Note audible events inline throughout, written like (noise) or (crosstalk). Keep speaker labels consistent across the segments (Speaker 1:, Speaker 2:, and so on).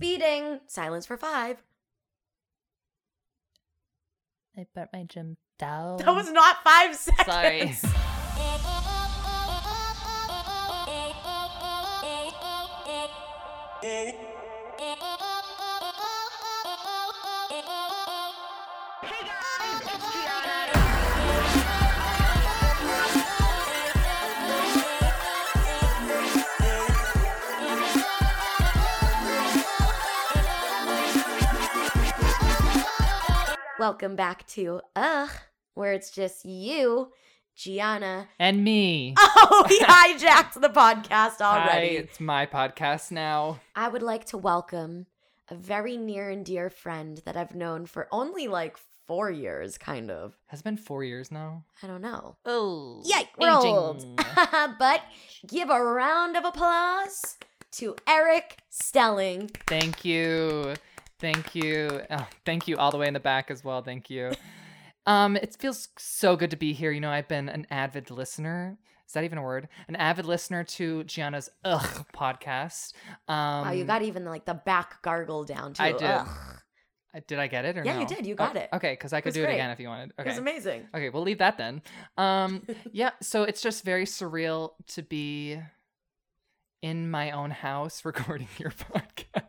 Speaker 1: Speeding. Silence for five.
Speaker 2: I burnt my gym
Speaker 1: (laughs)
Speaker 2: down.
Speaker 1: That was not five seconds. (laughs)
Speaker 2: Sorry.
Speaker 1: Welcome back to Ugh, where it's just you, Gianna.
Speaker 2: and me.
Speaker 1: (laughs) Oh, (laughs) he hijacked the podcast already.
Speaker 2: Hi, it's my podcast now.
Speaker 1: I would like to welcome a very near and dear friend that I've known for only like four years, kind of.
Speaker 2: Has it been four years now.
Speaker 1: I don't know. (laughs)
Speaker 2: Oh,
Speaker 1: Yike, we're old. but give a round of applause to Eric Stelling.
Speaker 2: Thank you. Thank you. Oh, thank you all the way in the back as well. Thank you. Um, it feels so good to be here. You know, I've been an avid listener. Is that even a word? An avid listener to Gianna's Ugh podcast. Um,
Speaker 1: wow, you got even like the back gargle down too.
Speaker 2: I did.
Speaker 1: Ugh.
Speaker 2: I- Did I get it or
Speaker 1: Yeah,
Speaker 2: no?
Speaker 1: you did. You got
Speaker 2: Oh,
Speaker 1: it.
Speaker 2: Okay, because I could
Speaker 1: was
Speaker 2: do it
Speaker 1: great.
Speaker 2: again if you wanted.
Speaker 1: It was
Speaker 2: Okay.
Speaker 1: amazing.
Speaker 2: Okay, we'll leave that then. Um, yeah, so it's just very surreal to be in my own house (laughs) recording your podcast.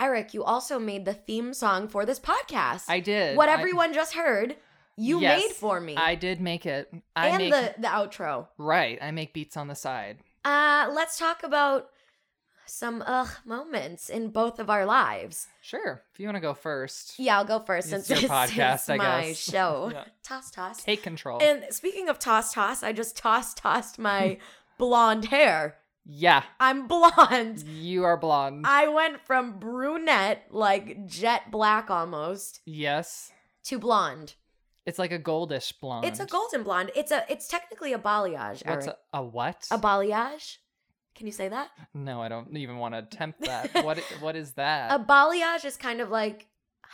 Speaker 1: Eric, you also made the theme song for this podcast.
Speaker 2: I did.
Speaker 1: what
Speaker 2: I-
Speaker 1: everyone just heard, you
Speaker 2: Yes,
Speaker 1: made for me.
Speaker 2: I, did make it. I
Speaker 1: and
Speaker 2: make
Speaker 1: the, the outro.
Speaker 2: right. I make beats on the side.
Speaker 1: Uh, let's talk about some ugh moments in both of our lives.
Speaker 2: Sure, if you want to go first.
Speaker 1: Yeah, I'll go first
Speaker 2: It's
Speaker 1: since
Speaker 2: your
Speaker 1: (laughs) this is
Speaker 2: podcast, I
Speaker 1: my
Speaker 2: guess.
Speaker 1: show.
Speaker 2: (laughs) Yeah.
Speaker 1: Toss, toss.
Speaker 2: Take control.
Speaker 1: And speaking of toss, toss, I just toss, tossed
Speaker 2: (laughs)
Speaker 1: my blonde hair.
Speaker 2: yeah,
Speaker 1: I'm
Speaker 2: (laughs)
Speaker 1: blonde.
Speaker 2: you are blonde.
Speaker 1: I went from brunette, like jet black almost,
Speaker 2: yes,
Speaker 1: to blonde.
Speaker 2: it's like a goldish blonde.
Speaker 1: It's a golden blonde. It's a. It's technically a balayage.
Speaker 2: What's
Speaker 1: Eric.
Speaker 2: a, a what?
Speaker 1: a balayage? Can you say that?
Speaker 2: no, I don't even want to
Speaker 1: (laughs)
Speaker 2: attempt that. what? i- What is that?
Speaker 1: A balayage is kind of like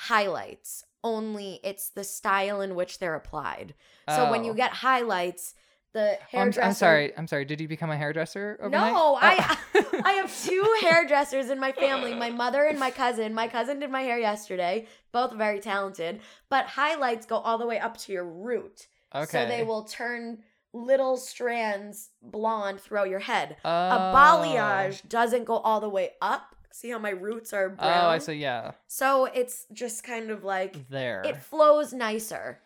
Speaker 1: highlights, only it's the style in which they're applied. So when
Speaker 2: Oh.
Speaker 1: you get highlights, the
Speaker 2: Oh, I'm,
Speaker 1: hairdresser.
Speaker 2: I'm sorry. I'm sorry. Did you become a hairdresser overnight?
Speaker 1: No,
Speaker 2: Oh.
Speaker 1: I (laughs) I have
Speaker 2: (laughs)
Speaker 1: two hairdressers in my family, my mother and my cousin. My cousin did my hair yesterday, both very talented, but highlights go all the way up to your root.
Speaker 2: (laughs) okay.
Speaker 1: So they will turn little strands blonde throughout your head.
Speaker 2: Oh.
Speaker 1: A balayage doesn't go all the way up. See how my roots are
Speaker 2: Oh,
Speaker 1: brown?
Speaker 2: I see. Yeah,
Speaker 1: So it's just kind of like
Speaker 2: there.
Speaker 1: it flows nicer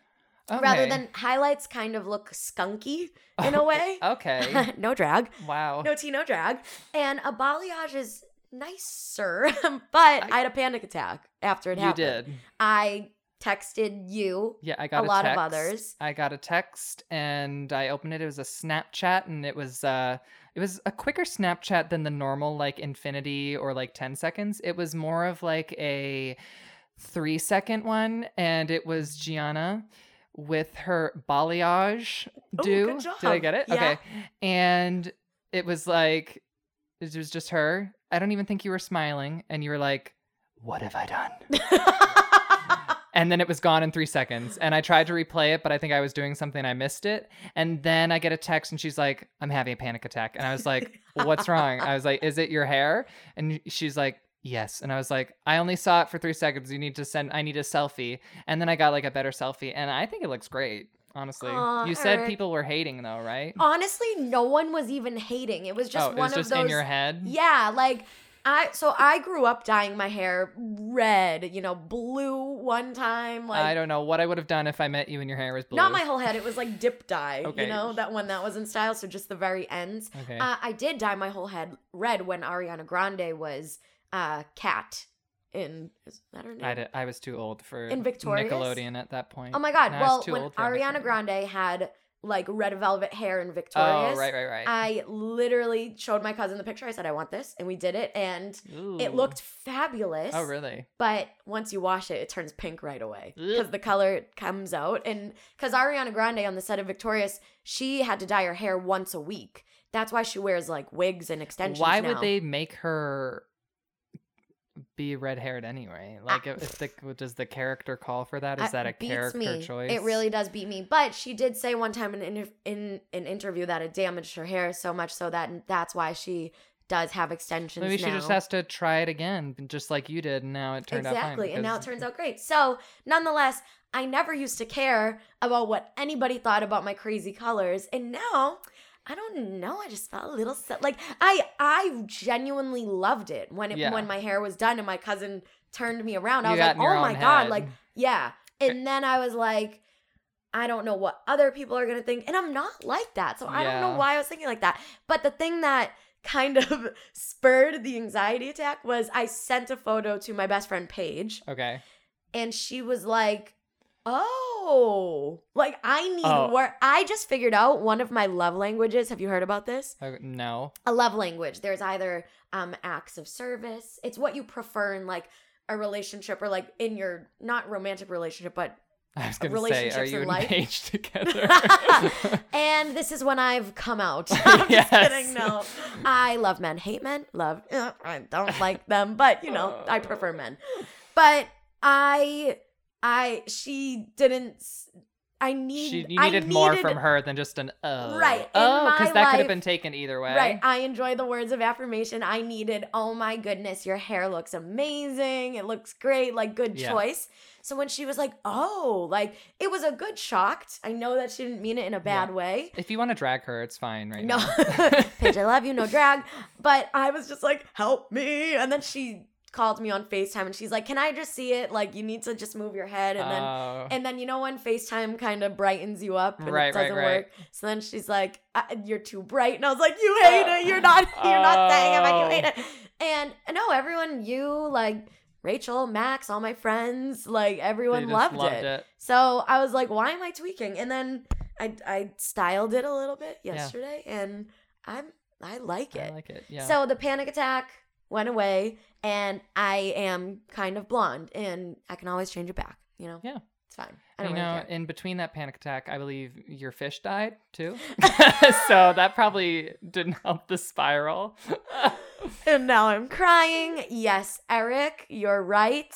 Speaker 1: rather
Speaker 2: Okay.
Speaker 1: than highlights kind of look
Speaker 2: (laughs)
Speaker 1: skunky in a way. (laughs)
Speaker 2: Okay. Oh.
Speaker 1: no drag,
Speaker 2: Wow.
Speaker 1: no tea, no drag. And a balayage is nicer, (laughs) but I, had a panic attack after it
Speaker 2: you
Speaker 1: happened.
Speaker 2: did.
Speaker 1: I texted you.
Speaker 2: Yeah, I got a,
Speaker 1: lot of
Speaker 2: text. (laughs)
Speaker 1: others.
Speaker 2: I got a text and I opened it. It was a Snapchat and it was uh it was a quicker Snapchat than the normal like infinity or like 10 seconds. It was more of like a 3 second one and it was Gianna with her balayage
Speaker 1: Ooh,
Speaker 2: do.
Speaker 1: good
Speaker 2: Did I
Speaker 1: job.
Speaker 2: get it?
Speaker 1: Yeah.
Speaker 2: Okay. And it was like it was just her. I don't even think you were smiling and you were like what have I done? and then it was gone in three seconds. And I tried to replay it, but I think I was doing something. I missed it. And then I get a text and she's like, I'm having a panic attack. And I was
Speaker 1: (laughs)
Speaker 2: like, What's wrong? I was like, Is it your hair? And she's like, Yes. And I was like, I only saw it for three seconds. You need to send, I need a selfie. And then I got like a better selfie. And I think it looks great, honestly.
Speaker 1: Aw,
Speaker 2: you said
Speaker 1: Eric.
Speaker 2: people were hating though, right?
Speaker 1: Honestly, no one was even hating. It was just
Speaker 2: oh,
Speaker 1: one
Speaker 2: it was
Speaker 1: of
Speaker 2: just
Speaker 1: those
Speaker 2: in your head.
Speaker 1: (laughs) Yeah, like I so I grew up dyeing my hair red, you know, blue one time like
Speaker 2: I don't know what I would have done if I met you and your hair was blue.
Speaker 1: Not my whole head. It was like dip dye,
Speaker 2: Okay.
Speaker 1: you know, that one that was in style. So just the very ends.
Speaker 2: Okay.
Speaker 1: Uh, I did dye my whole head red when Ariana Grande was uh, cat in is that her name?
Speaker 2: I, di- I was too old for
Speaker 1: In Victorious?
Speaker 2: Nickelodeon at that point.
Speaker 1: Oh my god!
Speaker 2: And I was
Speaker 1: well,
Speaker 2: too
Speaker 1: when
Speaker 2: old for
Speaker 1: Ariana
Speaker 2: Nickelodeon.
Speaker 1: Grande had like red velvet hair in
Speaker 2: Oh,
Speaker 1: Victorious,
Speaker 2: right, right, right.
Speaker 1: I literally showed my cousin the picture. I said, "I want this," and we did it, and um, it
Speaker 2: Ooh.
Speaker 1: looked fabulous.
Speaker 2: Oh, really?
Speaker 1: But once you wash it, it turns pink right away because the color comes out. And because Ariana Grande on the set of Victorious, she had to dye her hair once a week. That's why she wears like wigs and extensions.
Speaker 2: Why
Speaker 1: now.
Speaker 2: would they make her be red haired anyway? Like, if, if the, does the character call for that? Is
Speaker 1: I-
Speaker 2: that a
Speaker 1: beats
Speaker 2: character
Speaker 1: me.
Speaker 2: choice?
Speaker 1: It really does beat me. But she did say one time in, an inter- in an interview that it damaged her hair so much so that that's why she does have extensions.
Speaker 2: Maybe she
Speaker 1: now.
Speaker 2: just has to try it again, just like you did, and now it turned out fine.
Speaker 1: exactly, and now it
Speaker 2: because-
Speaker 1: turns out great. So, nonetheless, I never used to care about what anybody thought about my crazy colors, and now I don't know. I just felt a little se- like I I genuinely loved it when it
Speaker 2: Yeah.
Speaker 1: when my hair was done and my cousin turned me around. I
Speaker 2: You
Speaker 1: was
Speaker 2: got
Speaker 1: like,
Speaker 2: in your
Speaker 1: oh my
Speaker 2: own
Speaker 1: god,
Speaker 2: head.
Speaker 1: like yeah. And then I was like, I don't know what other people are gonna think, and I'm not like that, so I don't know
Speaker 2: Yeah.
Speaker 1: why I was thinking like that. But the thing that kind of (laughs) spurred the anxiety attack was I sent a photo to my best friend Paige,
Speaker 2: Okay.
Speaker 1: and she was like, "Oh, like I need
Speaker 2: Oh.
Speaker 1: work." I just figured out one of my love languages. Have you heard about this?
Speaker 2: Okay, Oh, No. (laughs)
Speaker 1: A love language. There's either um acts of service. It's what you prefer in like a relationship or like in your not romantic relationship, but
Speaker 2: I was going to say,
Speaker 1: Uh,
Speaker 2: are
Speaker 1: relationships
Speaker 2: you
Speaker 1: in life.
Speaker 2: engaged (laughs) together?
Speaker 1: (laughs)
Speaker 2: (laughs)
Speaker 1: and this is when I've come out. (laughs) I'm just
Speaker 2: Yes.
Speaker 1: kidding. No, I love men, hate men, love. uh, I don't like them, but you know, I prefer men. But I, I, she didn't. s- I need.
Speaker 2: she, you
Speaker 1: I
Speaker 2: needed more from her than just an oh.
Speaker 1: Right, in
Speaker 2: Oh,
Speaker 1: my
Speaker 2: because that could
Speaker 1: life-
Speaker 2: have been taken either way.
Speaker 1: Right. I enjoy the words of affirmation. I needed, oh my goodness, your hair looks amazing. It looks great. Like, good
Speaker 2: Yeah.
Speaker 1: choice. So when she was like, oh, like, it was a good shocked. I know that she didn't mean it in a bad way.
Speaker 2: If you want to drag her, it's fine right
Speaker 1: No,
Speaker 2: now.
Speaker 1: (laughs) Paige, I love you.
Speaker 2: (laughs)
Speaker 1: No drag. But I was just like, help me. And then she called me on FaceTime and she's like, can I just see it? Like, you need to just move your head. And then,
Speaker 2: Oh.
Speaker 1: and then you know when FaceTime kind of brightens you up and it
Speaker 2: Right, right,
Speaker 1: doesn't
Speaker 2: right.
Speaker 1: work. So then she's like, I, you're too bright. And I was like, you
Speaker 2: Uh,
Speaker 1: hate it. You're not, (laughs) you're not saying it, but you hate
Speaker 2: oh.
Speaker 1: it. And no, everyone, you like Rachel, Max, all my friends, like
Speaker 2: They
Speaker 1: everyone
Speaker 2: just
Speaker 1: loved,
Speaker 2: loved
Speaker 1: it.
Speaker 2: it.
Speaker 1: So I was like, why am I tweaking? And then I I styled it a little bit yesterday and I'm I like
Speaker 2: I
Speaker 1: it.
Speaker 2: like it. Yeah.
Speaker 1: So the panic attack went away and I am kind of blonde and I can always change it back, you know?
Speaker 2: Yeah.
Speaker 1: It's fine. I
Speaker 2: you
Speaker 1: don't
Speaker 2: know,
Speaker 1: really care.
Speaker 2: in between that panic attack, I believe your fish died too.
Speaker 1: (laughs)
Speaker 2: (laughs) so that probably didn't (laughs) help the spiral. (laughs)
Speaker 1: And now I'm crying. Yes, Eric, you're right.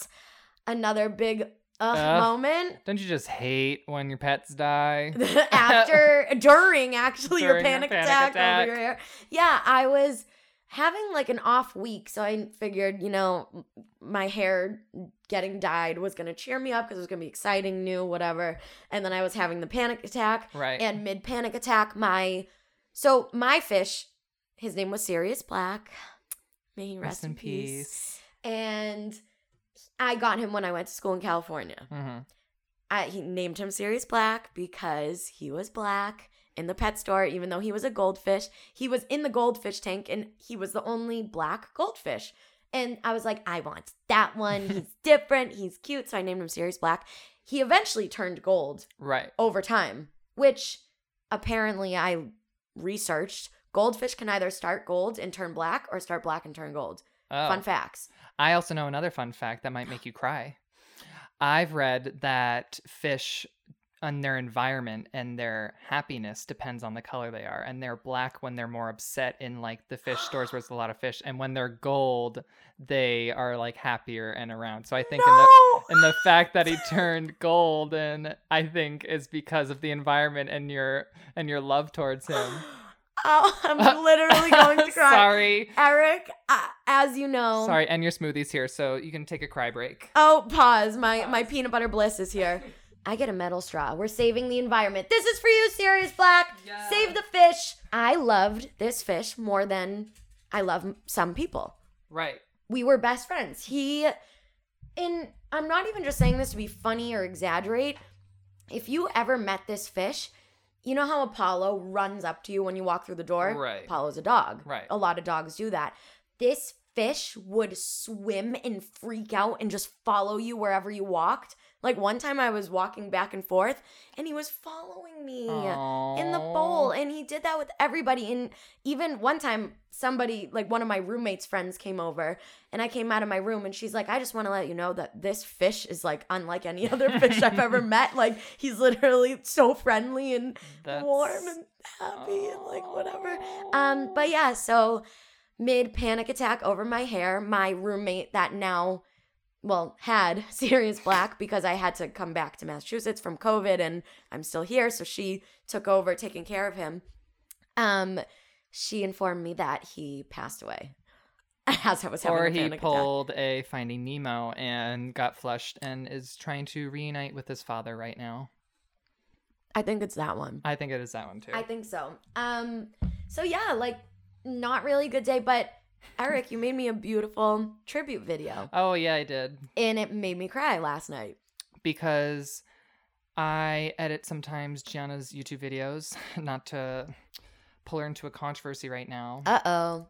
Speaker 1: Another big ugh
Speaker 2: Ugh.
Speaker 1: moment.
Speaker 2: Don't you just hate when your pets
Speaker 1: (laughs)
Speaker 2: die?
Speaker 1: after during actually your
Speaker 2: During your
Speaker 1: panic,
Speaker 2: panic
Speaker 1: attack, over
Speaker 2: attack.
Speaker 1: your hair. Yeah, I was having like an off week, so I figured, you know, m- my hair getting dyed was going to cheer me up because it was going to be exciting, new, whatever. And then I was having the panic attack
Speaker 2: Right.
Speaker 1: and mid panic attack my so my fish his name was Sirius Black. May he rest, in, peace. And I got him when I went to school in California.
Speaker 2: hmm
Speaker 1: I, he named him Sirius Black because he was black in the pet store, even though he was a goldfish. He was in the goldfish tank and he was the only black goldfish. And I was like, I want that
Speaker 2: (laughs)
Speaker 1: one. He's different. He's cute. So I named him Sirius Black. He eventually turned gold
Speaker 2: Right.
Speaker 1: over time, which apparently I researched. Goldfish can either start gold and turn black or start black and turn gold.
Speaker 2: Oh.
Speaker 1: Fun facts.
Speaker 2: I also know another fun fact that might make you cry. I've read that fish and their environment and their happiness depends on the color they are. And they're black when they're more upset in like the fish stores where there's a lot of fish. And when they're gold, they are like happier and around. So I think in the
Speaker 1: No!
Speaker 2: and the fact that he turned gold and I think is because of the environment and your and your love towards
Speaker 1: (gasps)
Speaker 2: him.
Speaker 1: (laughs) Oh, I'm literally going
Speaker 2: (laughs)
Speaker 1: to cry.
Speaker 2: Sorry.
Speaker 1: Eric, uh, as you know.
Speaker 2: Sorry, and your smoothies here, so you can take a cry break.
Speaker 1: Oh, pause. My my peanut butter bliss is here. I get a metal straw. We're saving the environment. This is for you, Sirius Black.
Speaker 2: Yes.
Speaker 1: Save the fish. I loved this fish more than I love m- some people.
Speaker 2: Right.
Speaker 1: We were best friends. He and I'm not even just saying this to be funny or exaggerate. If you ever met this fish, you know how Apollo runs up to you when you walk through the door?
Speaker 2: Right.
Speaker 1: Apollo's a dog.
Speaker 2: Right.
Speaker 1: A lot of dogs do that. This fish would swim and freak out and just follow you wherever you walked. Like one time I was walking back and forth and he was following me in the bowl and he did that with everybody and even one time somebody like one of my roommates friends came over and i came out of my room and she's like i just want to let you know that this fish is like unlike any other fish i've ever met like he's literally so friendly and
Speaker 2: That's-
Speaker 1: warm and happy and like whatever um but yeah so mid panic attack over my hair my roommate that now well had (laughs) serious black because i had to come back to massachusetts from covid and i'm still here so she took over taking care of him um she informed me that he passed away (laughs) as I was having
Speaker 2: Or
Speaker 1: a
Speaker 2: he
Speaker 1: panic attack.
Speaker 2: pulled a Finding Nemo and got flushed and is trying to reunite with his father right now.
Speaker 1: I think it's that one.
Speaker 2: I think it is that one too.
Speaker 1: I think so. Um, so yeah, like not really a good day, but Eric, you made me a beautiful tribute video,
Speaker 2: oh yeah, I did
Speaker 1: and it made me cry last night.
Speaker 2: because I edit sometimes Gianna's YouTube videos. (laughs) Not to pull her into a controversy right now,
Speaker 1: Uh oh.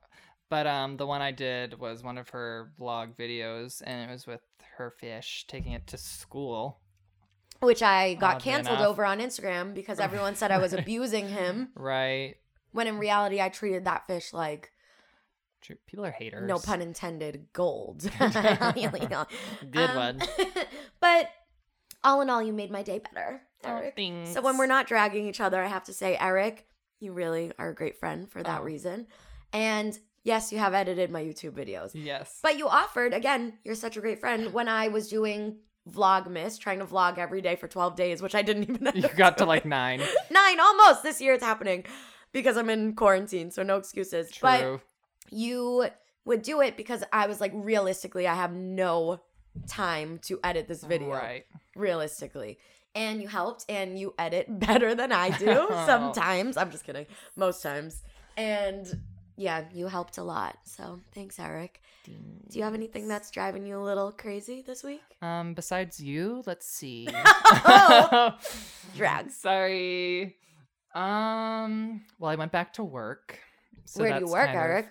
Speaker 2: but um, the one I did was one of her vlog videos, and it was with her fish taking it to school.
Speaker 1: Which I got
Speaker 2: Oddly
Speaker 1: canceled
Speaker 2: enough.
Speaker 1: over on Instagram because everyone said I was abusing him,
Speaker 2: Right.
Speaker 1: when in reality I treated that fish like
Speaker 2: True. People are haters.
Speaker 1: no pun intended
Speaker 2: (laughs)
Speaker 1: gold. (laughs) Good
Speaker 2: Good
Speaker 1: Um,
Speaker 2: one.
Speaker 1: (laughs) but all in all, you made my day better, Eric.
Speaker 2: Thanks.
Speaker 1: So when we're not dragging each other, I have to say, Eric, you really are a great friend for that
Speaker 2: Oh.
Speaker 1: reason. And yes, you have edited my YouTube videos.
Speaker 2: Yes.
Speaker 1: But you offered, again, you're such a great friend. When I was doing Vlogmas, trying to vlog every day for 12 days, which I didn't even
Speaker 2: (laughs) you got to like nine.
Speaker 1: (laughs) nine almost this year, it's happening because I'm in quarantine, so no excuses. But
Speaker 2: True.
Speaker 1: you would do it because I was like, realistically, I have no time to edit this video
Speaker 2: Right.
Speaker 1: realistically. And you helped and you edit (laughs) better than I
Speaker 2: (laughs)
Speaker 1: do sometimes. I'm just kidding. Most times. And yeah, you helped a lot. So thanks, Eric. Do you have anything that's driving you a little crazy this week?
Speaker 2: Um, besides you, let's see.
Speaker 1: (laughs)
Speaker 2: (laughs)
Speaker 1: Oh. Drags.
Speaker 2: Sorry. Um. Well, I went back to work. So
Speaker 1: Where do you
Speaker 2: that's
Speaker 1: work,
Speaker 2: kind of-
Speaker 1: Eric?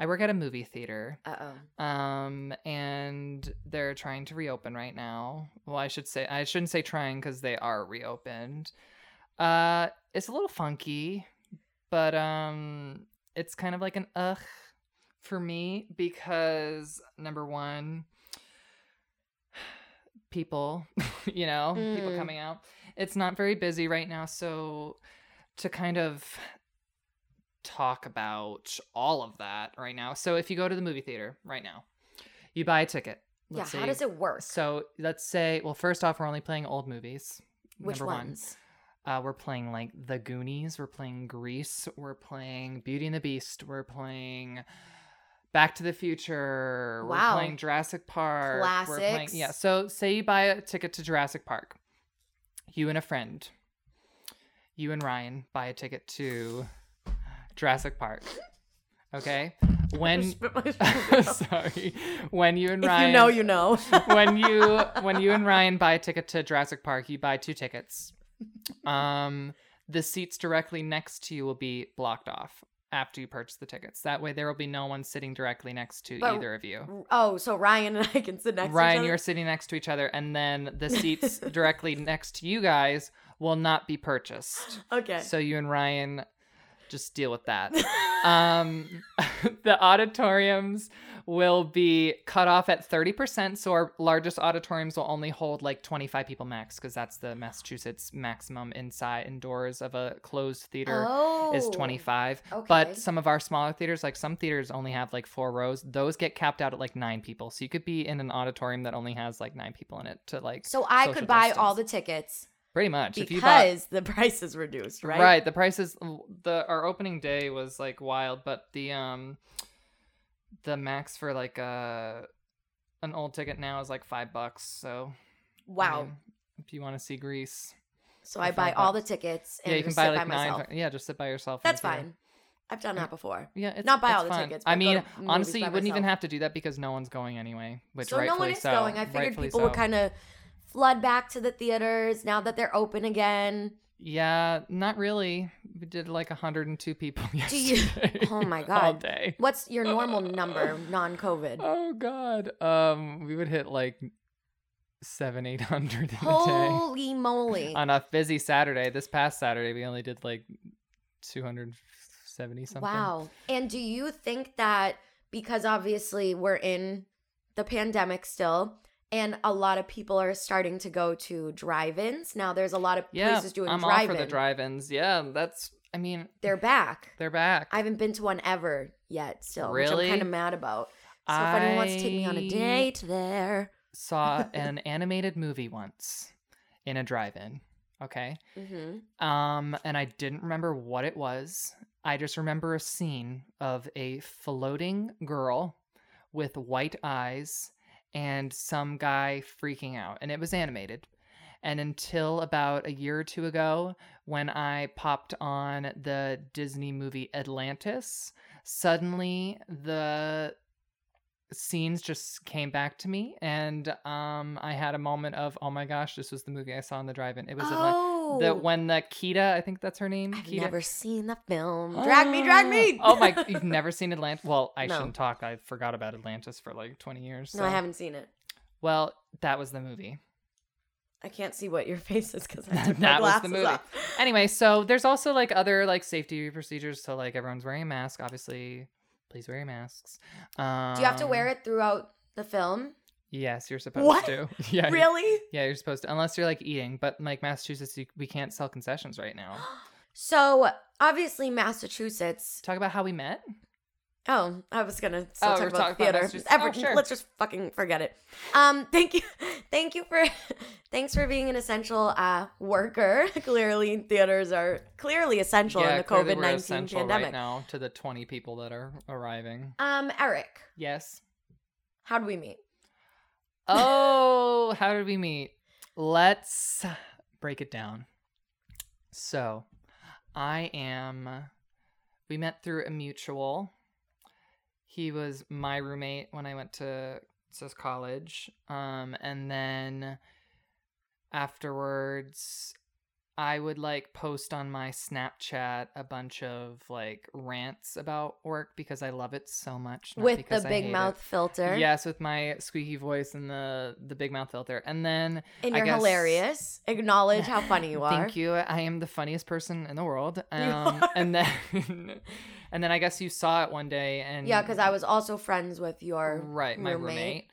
Speaker 2: I work at a movie theater.
Speaker 1: Uh oh.
Speaker 2: Um, and they're trying to reopen right now. Well, I should say I shouldn't say trying because they are reopened. Uh, it's a little funky, but um, it's kind of like an ugh for me because number one, people, (laughs) you know, people
Speaker 1: Mm.
Speaker 2: coming out. It's not very busy right now, so to kind of talk about all of that right now. So if you go to the movie theater right now, you buy a ticket.
Speaker 1: Yeah,
Speaker 2: Let's
Speaker 1: how does it work?
Speaker 2: So let's say, well, first off, we're only playing old movies.
Speaker 1: Which
Speaker 2: number one. (laughs)
Speaker 1: ones?
Speaker 2: Uh, we're playing like The Goonies. We're playing Grease. We're playing Beauty and the Beast. We're playing Back to the Future.
Speaker 1: Wow.
Speaker 2: We're playing Jurassic Park. We're playing,
Speaker 1: Classics.
Speaker 2: yeah. So say you buy a ticket to Jurassic Park. You and a friend. You and Ryan buy a ticket to Jurassic Park. Okay.
Speaker 1: (laughs)
Speaker 2: When
Speaker 1: Spit my if
Speaker 2: (laughs) sorry, when you and Ryan
Speaker 1: you know, you know. (laughs)
Speaker 2: when you when you and Ryan buy a ticket to Jurassic Park, you buy two tickets. Um, the seats directly next to you will be blocked off after you purchase the tickets. That way, there will be no one sitting directly next to
Speaker 1: But-
Speaker 2: either of you.
Speaker 1: oh, so Ryan and I can sit next
Speaker 2: Ryan,
Speaker 1: to
Speaker 2: you're
Speaker 1: each
Speaker 2: sitting next to each other, and then
Speaker 1: (laughs)
Speaker 2: the seats directly next to you guys will not be purchased.
Speaker 1: other? Okay. (laughs)
Speaker 2: So (laughs) you and Ryan just deal with that. um (laughs) the auditoriums will be cut off at 30% so our largest auditoriums will only hold like 25 people max because that's the massachusetts maximum inside indoors of a closed theater
Speaker 1: oh.
Speaker 2: um, is 25
Speaker 1: okay.
Speaker 2: but some of our smaller theaters like some theaters only have like four rows those get capped out at like nine people so you could be in an auditorium that only has like nine people in it to like
Speaker 1: So I
Speaker 2: social
Speaker 1: could buy all the
Speaker 2: distance.
Speaker 1: tickets
Speaker 2: pretty much if you bought
Speaker 1: because the (laughs) price is reduced, right?
Speaker 2: the prices the our opening day was like wild, but the um the max for like uh an old ticket now is like 5 bucks, so I
Speaker 1: Wow.
Speaker 2: mean, if you want to see Greece.
Speaker 1: so
Speaker 2: for
Speaker 1: I buy
Speaker 2: five
Speaker 1: all the
Speaker 2: bucks.
Speaker 1: tickets and
Speaker 2: yeah, you can
Speaker 1: just
Speaker 2: buy
Speaker 1: sit
Speaker 2: like
Speaker 1: by myself.
Speaker 2: nine. Yeah, just sit by yourself. in
Speaker 1: That's
Speaker 2: the theater.
Speaker 1: fine. I've done that before.
Speaker 2: Yeah, it's,
Speaker 1: Not buy
Speaker 2: it's
Speaker 1: all the
Speaker 2: fun.
Speaker 1: tickets,
Speaker 2: I
Speaker 1: but go to
Speaker 2: mean,
Speaker 1: movies
Speaker 2: honestly,
Speaker 1: by
Speaker 2: you wouldn't even
Speaker 1: myself.
Speaker 2: have to do that because no one's going anyway. Which
Speaker 1: so no
Speaker 2: rightfully
Speaker 1: one is
Speaker 2: so.
Speaker 1: going. I figured
Speaker 2: Rightfully
Speaker 1: people
Speaker 2: so.
Speaker 1: would kind of flood back to the theaters now that they're open again.
Speaker 2: Yeah, not really. We did like 102 people (laughs)
Speaker 1: Do you-
Speaker 2: yesterday.
Speaker 1: Oh my
Speaker 2: (laughs) All
Speaker 1: God.
Speaker 2: day.
Speaker 1: What's your normal number
Speaker 2: (laughs)
Speaker 1: non-COVID?
Speaker 2: Oh god. Um we would hit like seven, eight hundred in a
Speaker 1: Holy moly!
Speaker 2: day. On a busy Saturday. This past Saturday we only did like two hundred seventy something.
Speaker 1: Wow. And do you think that because obviously we're in the pandemic still and a lot of people are starting to go to drive-ins. Now there's a lot of
Speaker 2: Yeah.
Speaker 1: places doing
Speaker 2: I'm all
Speaker 1: drive-in.
Speaker 2: for the drive ins. Yeah, that's I mean
Speaker 1: They're back.
Speaker 2: they're back.
Speaker 1: I haven't been to one ever yet still, which
Speaker 2: Really?
Speaker 1: I'm kind of mad about. So if anyone wants to take me on a
Speaker 2: I
Speaker 1: date there. (laughs)
Speaker 2: Saw an animated movie once in a drive in. Okay.
Speaker 1: hmm
Speaker 2: Um, and I didn't remember what it was. I just remember a scene of a floating girl with white eyes and some guy freaking out, and it was animated. And until about a year or two ago, when I popped on the Disney movie Atlantis, suddenly the scenes just came back to me and um I had a moment of oh my gosh this was the movie I saw in the drive-in it was Atlantis
Speaker 1: oh,
Speaker 2: the when the Kita, I think that's her name.
Speaker 1: I've
Speaker 2: Kita.
Speaker 1: never seen the film. Drag me, drag me.
Speaker 2: (gasps) oh my!
Speaker 1: (laughs)
Speaker 2: You've never seen Atlantis? Well, I
Speaker 1: No.
Speaker 2: shouldn't talk. I forgot about Atlantis for like twenty years.
Speaker 1: No, I
Speaker 2: so-
Speaker 1: haven't seen it.
Speaker 2: Well, that was the movie.
Speaker 1: I can't see what your (laughs) face is because
Speaker 2: (laughs)
Speaker 1: I took my
Speaker 2: That was the
Speaker 1: glasses
Speaker 2: movie.
Speaker 1: off.
Speaker 2: Anyway, so there's also like other like safety procedures. So like everyone's wearing a mask. Obviously, please wear your masks. Um,
Speaker 1: Do you have to wear it throughout the
Speaker 2: (laughs)
Speaker 1: film?
Speaker 2: Yes, you're supposed
Speaker 1: What?
Speaker 2: to. (laughs) Yeah. you-
Speaker 1: Really?
Speaker 2: Yeah, you're supposed to, unless you're like eating. But like Massachusetts, you, we can't sell concessions right now.
Speaker 1: (gasps) So obviously Massachusetts.
Speaker 2: Talk about how we met.
Speaker 1: Oh, I was gonna still
Speaker 2: Oh,
Speaker 1: talk
Speaker 2: we're
Speaker 1: about
Speaker 2: talking about
Speaker 1: theater.
Speaker 2: Massachusetts.
Speaker 1: Ever-
Speaker 2: Oh, sure.
Speaker 1: Let's just fucking forget it. Um, (laughs) thank you, thank you for, (laughs) thanks for being an essential uh, worker. (laughs) clearly, theaters are clearly essential in the
Speaker 2: clearly
Speaker 1: COVID
Speaker 2: we're
Speaker 1: nineteen
Speaker 2: essential right
Speaker 1: pandemic.
Speaker 2: now to the 20 people that are arriving.
Speaker 1: um, Eric,
Speaker 2: Yes.
Speaker 1: how did we meet?
Speaker 2: Oh, how did we meet? Let's break it down. So, I am. We met through a mutual. He was my roommate when I went to says college, um, and then afterwards, I would like post on my Snapchat a bunch of like rants about work because I love it so much. not
Speaker 1: With the
Speaker 2: because I
Speaker 1: big
Speaker 2: hate it.
Speaker 1: mouth filter.
Speaker 2: Yes, with my squeaky voice and the the big mouth filter. And then
Speaker 1: and
Speaker 2: I
Speaker 1: you're
Speaker 2: guess-
Speaker 1: hilarious. Acknowledge how
Speaker 2: (laughs)
Speaker 1: funny you are.
Speaker 2: Thank you. I am the funniest person in the
Speaker 1: (laughs)
Speaker 2: world. Um,
Speaker 1: are.
Speaker 2: and then (laughs) and then I guess you saw it one day and
Speaker 1: Yeah, because I was also friends with your
Speaker 2: right my
Speaker 1: roommate.
Speaker 2: roommate.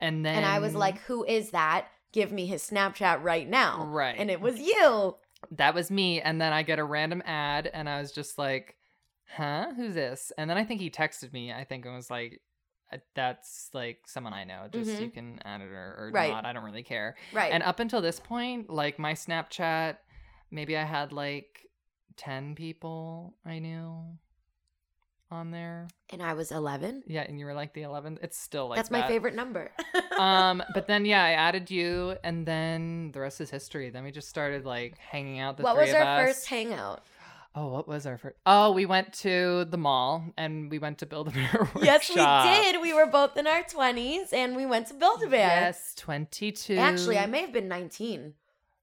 Speaker 2: And then
Speaker 1: and I was like, "Who is that? Give me his Snapchat right now."
Speaker 2: right,
Speaker 1: And it was you.
Speaker 2: that was me. And then I get a random ad, and I was just like, "Huh, who's this?" And then I think he texted me. I think and was like. "Uh, That's like someone I know. Just
Speaker 1: Mhm.
Speaker 2: you can add it or, or
Speaker 1: Right.
Speaker 2: not. I don't really care.
Speaker 1: Right.
Speaker 2: And up until this point, like my Snapchat, maybe I had like 10 people I knew on there.
Speaker 1: and I was 11.
Speaker 2: Yeah, and you were like the 11th. It's still like
Speaker 1: That's my
Speaker 2: that.
Speaker 1: favorite number. (laughs)
Speaker 2: (laughs) um, but then yeah, I added you and then the rest is history. Then we just started like hanging out the
Speaker 1: what
Speaker 2: three
Speaker 1: was
Speaker 2: of
Speaker 1: our
Speaker 2: us.
Speaker 1: first
Speaker 2: (laughs)
Speaker 1: hangout?
Speaker 2: Oh, what was our first? Oh, we went to the mall and we went to Build a Bear. (laughs)
Speaker 1: Yes, we did. We were both in our 20s and we went to Build-A-Bear.
Speaker 2: Yes, 22.
Speaker 1: Actually, I may have been 19.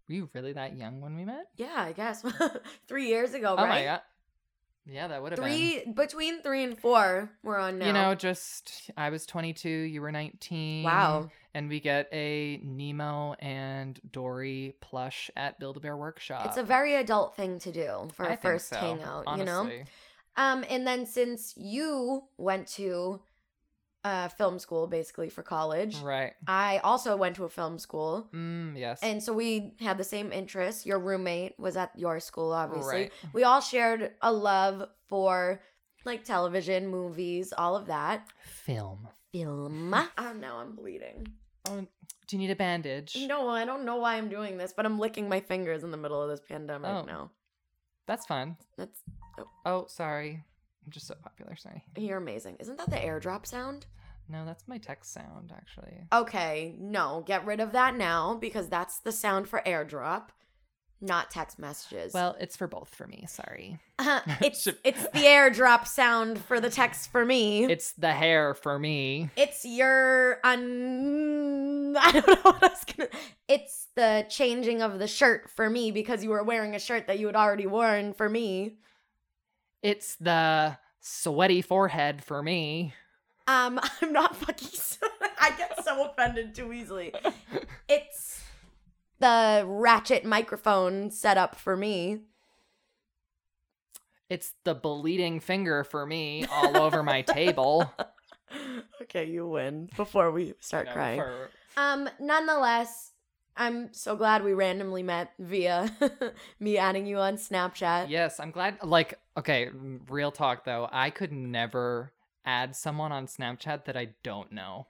Speaker 2: Were you really that young when we met?
Speaker 1: Yeah, I guess. (laughs) three years ago,
Speaker 2: Oh my
Speaker 1: right?
Speaker 2: god. Yeah, that would have been.
Speaker 1: Three between three and four we're on now.
Speaker 2: You know, just I was 22, you were 19.
Speaker 1: wow.
Speaker 2: And we get a Nemo and Dory plush at Build a Bear Workshop.
Speaker 1: It's a very adult thing to do for
Speaker 2: I
Speaker 1: a
Speaker 2: think
Speaker 1: first
Speaker 2: so,
Speaker 1: hangout, you know?
Speaker 2: honestly.
Speaker 1: Um, and then since you went to uh, film school basically for college,
Speaker 2: Right.
Speaker 1: I also went to a film school.
Speaker 2: Mm, yes.
Speaker 1: And so we had the same interests. Your roommate was at your school, obviously.
Speaker 2: Right.
Speaker 1: We all shared a love for like television, movies, all of that.
Speaker 2: Film.
Speaker 1: (laughs) Film. Oh, now I'm bleeding.
Speaker 2: Oh, do you need a bandage?
Speaker 1: No, I don't know why I'm doing this, but I'm licking my fingers in the middle of this pandemic
Speaker 2: Oh.
Speaker 1: now.
Speaker 2: That's fun.
Speaker 1: That's
Speaker 2: Oh, sorry. I'm just so popular. Sorry.
Speaker 1: you're amazing. Isn't that the airdrop sound?
Speaker 2: No, that's my text sound,
Speaker 1: Uh,
Speaker 2: actually.
Speaker 1: Okay, no, get rid of that now because that's the sound for airdrop, not text messages. (laughs) Uh-huh,
Speaker 2: Well, it's for both for me. Sorry.
Speaker 1: it's it's the airdrop sound for the text for
Speaker 2: (laughs)
Speaker 1: me. It's,
Speaker 2: It's the hair for me.
Speaker 1: your un (laughs) I don't know what I was gonna It's the changing of the shirt for me because you were wearing a shirt that you had already worn for me.
Speaker 2: It's the sweaty forehead for me.
Speaker 1: Um, (laughs) I'm not fucking I get so offended too easily. It's the ratchet microphone setup for me.
Speaker 2: It's the bleeding finger for me all over
Speaker 1: (laughs)
Speaker 2: my table.
Speaker 1: okay, you win before we start crying. Um, nonetheless, I'm so glad we randomly met via (laughs) me adding you on Snapchat.
Speaker 2: Yes, I'm glad. Like, okay, real talk though, I could never add someone on Snapchat that I don't know.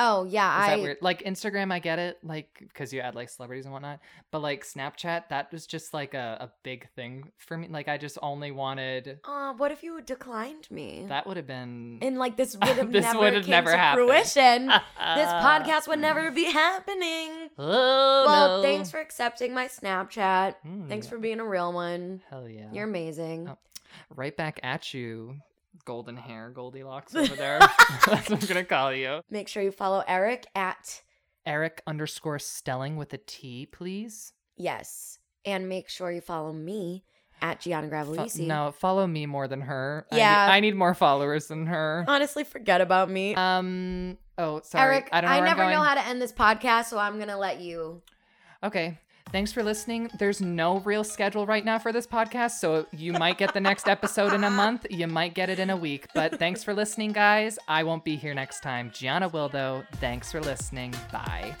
Speaker 1: Oh yeah,
Speaker 2: Is
Speaker 1: I
Speaker 2: that weird? Like Instagram, I get it, like because you add like celebrities and whatnot. But like Snapchat, that was just like a, a big thing for me. Like I just only wanted
Speaker 1: Uh, what if you declined me?
Speaker 2: that would have been
Speaker 1: and like
Speaker 2: (laughs)
Speaker 1: this would have
Speaker 2: This
Speaker 1: never
Speaker 2: would have
Speaker 1: came
Speaker 2: never
Speaker 1: to
Speaker 2: happened.
Speaker 1: fruition.
Speaker 2: (laughs)
Speaker 1: this podcast would never be happening.
Speaker 2: Oh
Speaker 1: well,
Speaker 2: no.
Speaker 1: thanks for accepting my Snapchat.
Speaker 2: Mm,
Speaker 1: Thanks for being a real one.
Speaker 2: hell yeah.
Speaker 1: You're amazing.
Speaker 2: Oh. right back at you, golden hair, Goldilocks over
Speaker 1: (laughs)
Speaker 2: there. (laughs) That's what I'm gonna call you,
Speaker 1: Make sure you follow Eric at
Speaker 2: Eric underscore Stelling with a T, please.
Speaker 1: yes, and make sure you follow me at Gianna
Speaker 2: Fo-
Speaker 1: Gravelisi.
Speaker 2: no, follow me more than her. I need-
Speaker 1: Yeah.
Speaker 2: I need more followers than her.
Speaker 1: honestly, forget about me.
Speaker 2: Um. Oh, sorry.
Speaker 1: Eric,
Speaker 2: I don't know. where I'm
Speaker 1: never know
Speaker 2: going.
Speaker 1: how to end this podcast, so I'm gonna let you.
Speaker 2: Okay. Thanks for listening. There's no real schedule right now for this podcast, so you might get the next episode in a month. You might get it in a week. But thanks for listening, guys. I won't be here next time. Gianna will, though. Thanks for listening. Bye.